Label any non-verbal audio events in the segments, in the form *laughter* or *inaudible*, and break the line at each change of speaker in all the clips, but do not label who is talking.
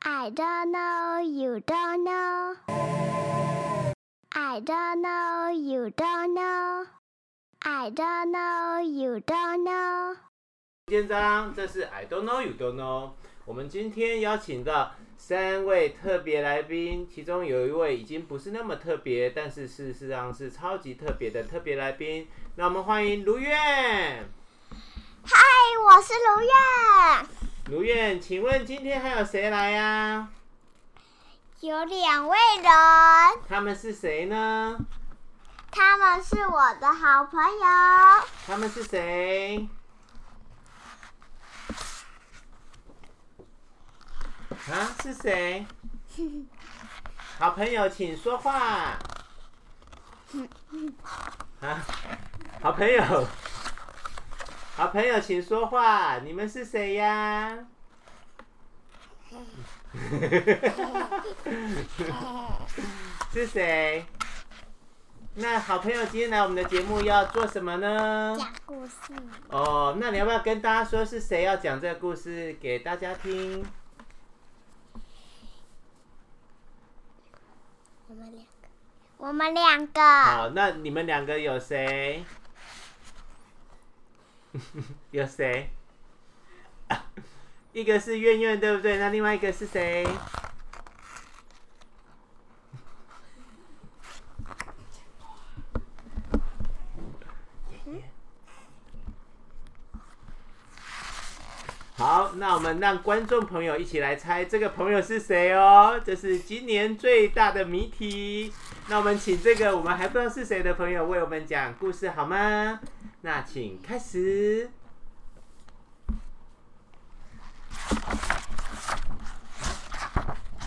I don't know, you don't know. I don't know, you don't know. I don't know, you don't know.
见章，这是 I don't know you don't know。我们今天邀请到三位特别来宾，其中有一位已经不是那么特别，但是事实上是超级特别的特别来宾。那我们欢迎卢苑。
嗨，我是卢燕。
卢苑，请问今天还有谁来啊呀、
有两位人，
*laughs* 他们是谁呢？
他们是我的好朋友。
他们是谁？啊，是谁？好朋友，请说话。啊，好朋友，好朋友，请说话。你们是谁呀？是谁？那好朋友今天来我们的节目要做什么呢？
故事。
哦，那你要不要跟大家说是谁要讲这个故事给大家听？
我们两个。我们两个。
好，那你们两个有谁？ *laughs* 有谁？ *laughs* 一个是苑苑，对不对？那另外一个是谁？好，那我们让观众朋友一起来猜这个朋友是谁哦，这是今年最大的谜题。那我们请这个我们还不知道是谁的朋友为我们讲故事好吗？那请开始。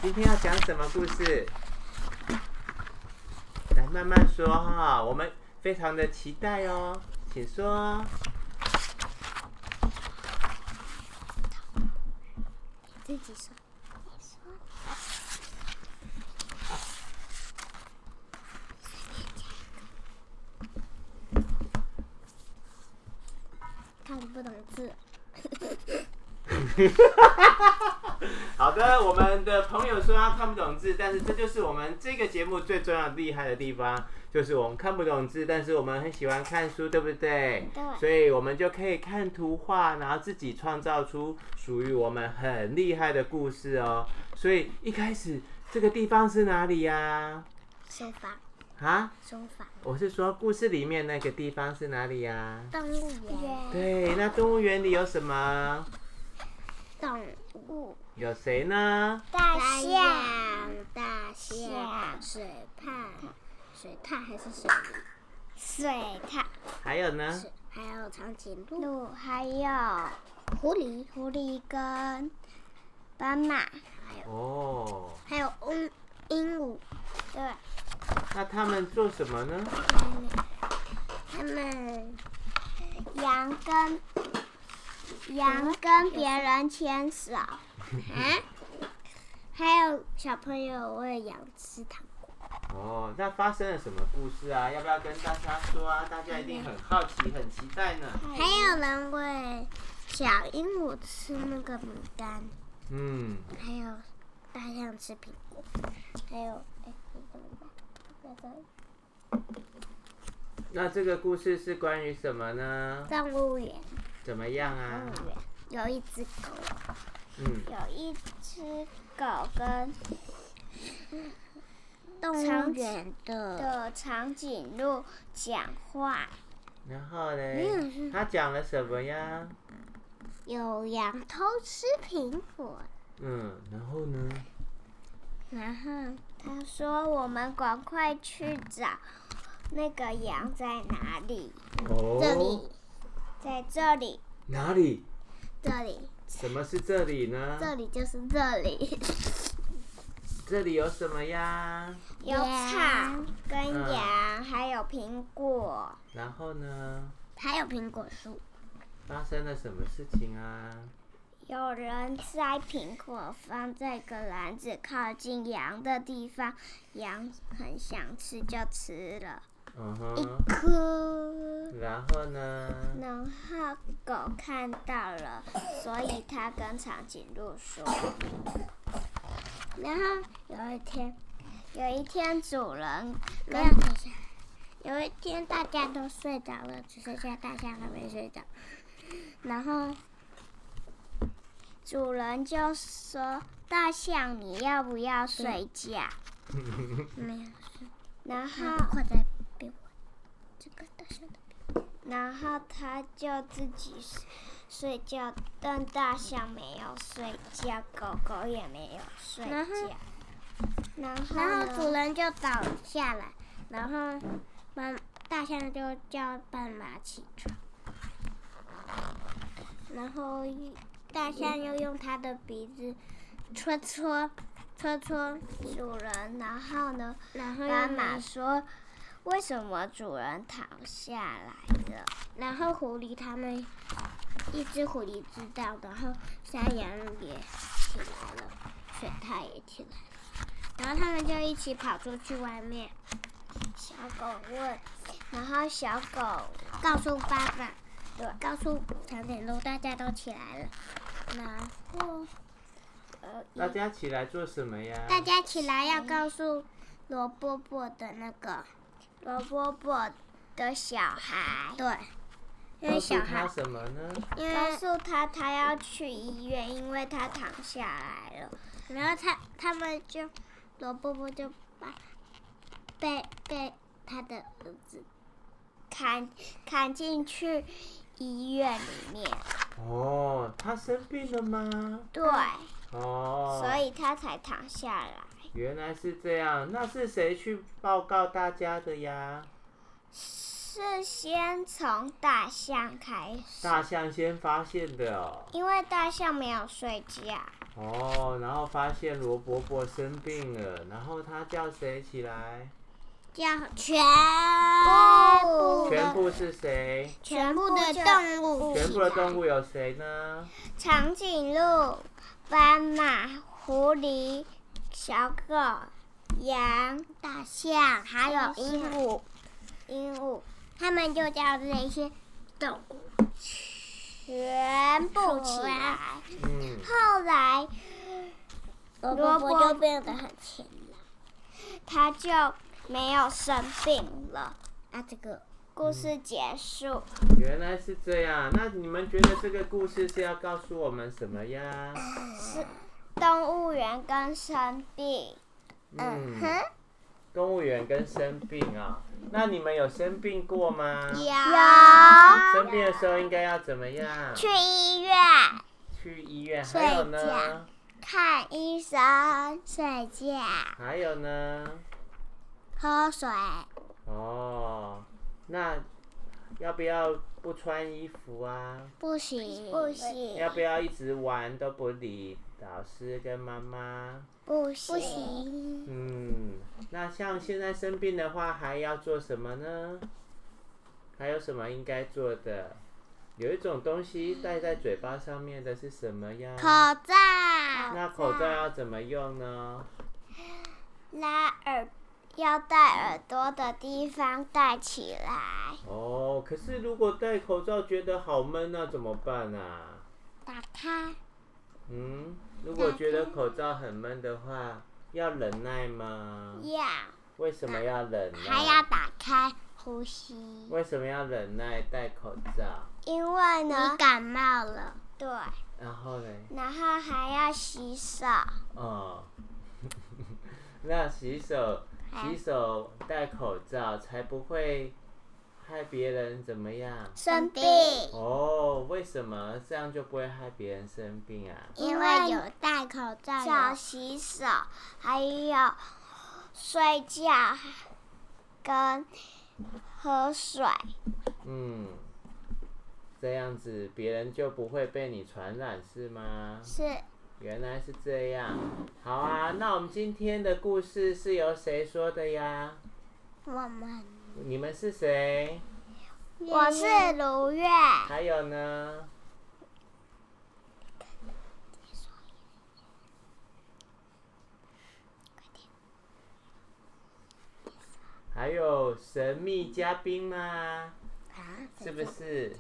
今天要讲什么故事？来慢慢说哈，我们非常的期待哦，请说。
自己说。看不懂 *laughs* 字，
*laughs* 好的，我们的朋友说他看不懂字，但是这就是我们这个节目最重要厉害的地方，就是我们看不懂字，但是我们很喜欢看书，对不对？
对
所以我们就可以看图画，然后自己创造出属于我们很厉害的故事哦。所以一开始这个地方是哪里呀、
书房，
啊？
书房，
我是说故事里面那个地方是哪里呀、
动物园，
对，那动物园里有什么？
动物，
有谁呢？
大象，大象，水獭，水獭还是水獭？水獭，
还有呢？
是还有长颈鹿，还有狐狸，狐狸跟斑马，还有
哦，
还有鹦鹦鹉，对，
那他们做什么呢？
他们羊跟羊跟别人牵手，啊，还有小朋友喂羊吃糖果，
哦，那发生了什么故事啊？要不要跟大家说啊？大家一定很好奇，很期待呢。
还有人喂小鹦鹉吃那个饼干，
嗯，
还有大象吃苹果，还有哎，你怎么办？那个
那这个故事是关于什么呢？
动物园，
怎么样
动
啊？
物园有一只狗。
嗯，
有一只狗跟动物园的的长颈鹿讲话，
然后
没有
嘞
是，
他讲了什么呀？
有羊偷吃苹果，
嗯，然后呢？
然后他说：“我们赶快去找那个羊在哪里？
哦，
这里，在这里，
哪里？
这里，
什么是这里呢？
这里就是这里，
这里有什么呀？
有草跟
嗯
羊，还有苹果，
然后呢？
还有苹果树。”
发生了什么事情啊？
有人摘苹果放在一个篮子靠近羊的地方，羊很想吃就吃了，
嗯哼，
哭。
然后呢？
然后狗看到了，所以它跟长颈鹿说
然后有一天，有一天主人没
没
有
有，等一下，
有一天大家都睡着了，只剩下大象还没睡着。然后主人就说：“大象，你要不要睡觉
没有，？”
然
它
后，
挂在边我这个大象的
然后他就自己睡睡觉，但大象没有睡觉，狗狗也没有睡
然后
觉。然后
然后
呢
主人就倒下来，然后妈大象就叫爸妈起床，然后大象又用它的鼻子戳戳戳戳，
主人，然后呢？
然后
妈
又
妈
拿，
说：“为什么主人躺下来了
然后狐狸他们一只狐狸知道，然后山羊也起来了，水獭也起来了，然后他们就一起跑出去外面，？”
小狗问，然后小狗
告诉爸爸。
对，
告诉长颈鹿，大家都起来了，然后
大家起来做什么呀？
大家起来要告诉罗伯伯的那个，
罗伯伯的小孩，
对，因为
告诉
小
他
孩，
什么呢？
因
告
为
诉他他要去医院，因为他躺下来了。
然后他他们就罗伯伯就把被被他的儿子，
砍砍进去医院里面，
哦，他生病了吗？
对，
哦，
所以他才躺下来。
原来是这样。那是谁去报告大家的呀？
是先从大象开始，
大象先发现的哦。
因为大象没有睡觉。
哦，然后发现罗伯伯生病了，然后他叫谁起来？
叫全
部
部
全
的
部是谁？
全部的动物
全
起
部
来，
的动物有谁呢？
长颈鹿、斑马、狐狸、小狗、羊、
大象还有鹦鹉，
鹦鹉，
他们就叫这些动物。
全部起来。
嗯，
后来
萝卜就变得很勤劳。
它就没有生病了。
啊，这个
故事结束。
原来是这样。那你们觉得这个故事是要告诉我们什么呀？
动物园跟生病，
嗯，动物园跟生病啊、那你们有生病过吗？
有
生病的时候应该要怎么样？
啊去医院
去医院。还有呢？
看医生、睡觉、
还有呢？
喝水。
哦，那要不要不穿衣服啊？
不行，
不，行，
要不要一直玩都不理老师跟妈妈？
不行，
不行，
嗯，那像现在生病的话，还要做什么呢？还有什么应该做的？有一种东西戴在嘴巴上面的是什么呀？
口罩，啊
那口罩要怎么用呢？
拉耳要戴耳朵的地方戴起来，
哦，可是如果戴口罩觉得好闷，那怎么办啊？
打开，
嗯，如果觉得口罩很闷的话，要忍耐吗？
要
为什么要忍耐？
还要打开呼吸。
为什么要忍耐戴口罩？
因为
你
呢，
感冒了，
对，
然后嘞，
然后还要洗手，
哦， *laughs* 那洗手、洗手、戴口罩，才不会害别人怎么样？
生病，
哦，为什么这样就不会害别人生病啊？
因
因
为
为
有戴口罩有，
少洗手，还有睡觉跟喝水，
嗯，这样子别人就不会被你传染是吗？
是
原来是这样，好啊。那我们今天的故事是由谁说的呀？
我们
你们是谁？
我是如月，
还有呢？还有神秘嘉宾吗？
啊，
是不是？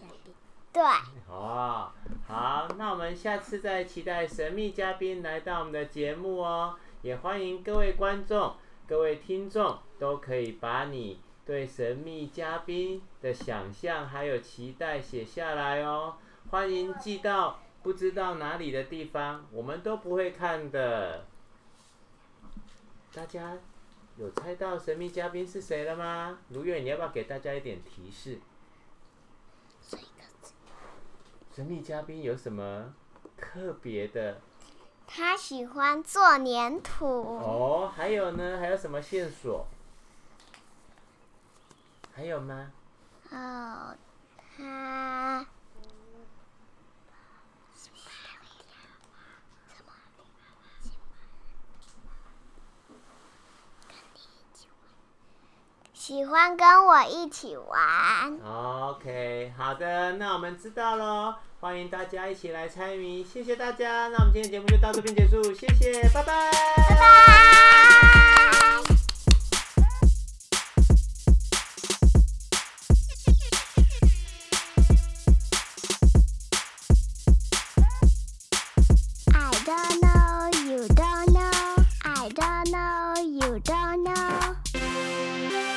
对，
哦，好，那我们下次再期待神秘嘉宾来到我们的节目哦。也欢迎各位观众、各位听众都可以把你对神秘嘉宾的想象还有期待写下来哦。欢迎寄到不知道哪里的地方，我们都不会看的。大家有猜到神秘嘉宾是谁了吗？如月，你要不要给大家一点提示？
这个字，
神秘嘉宾有什么特别的？
他喜欢做粘土，
哦，还有呢？还有什么线索？还有吗？
哦，他喜欢跟我一起玩。
OK，好的，那我们知道喽，欢迎大家一起来猜谜，谢谢大家，那我们今天节目就到这边结束，谢谢，拜拜，拜拜。
拜。I don't know, you don't know. I don't know, you don't know.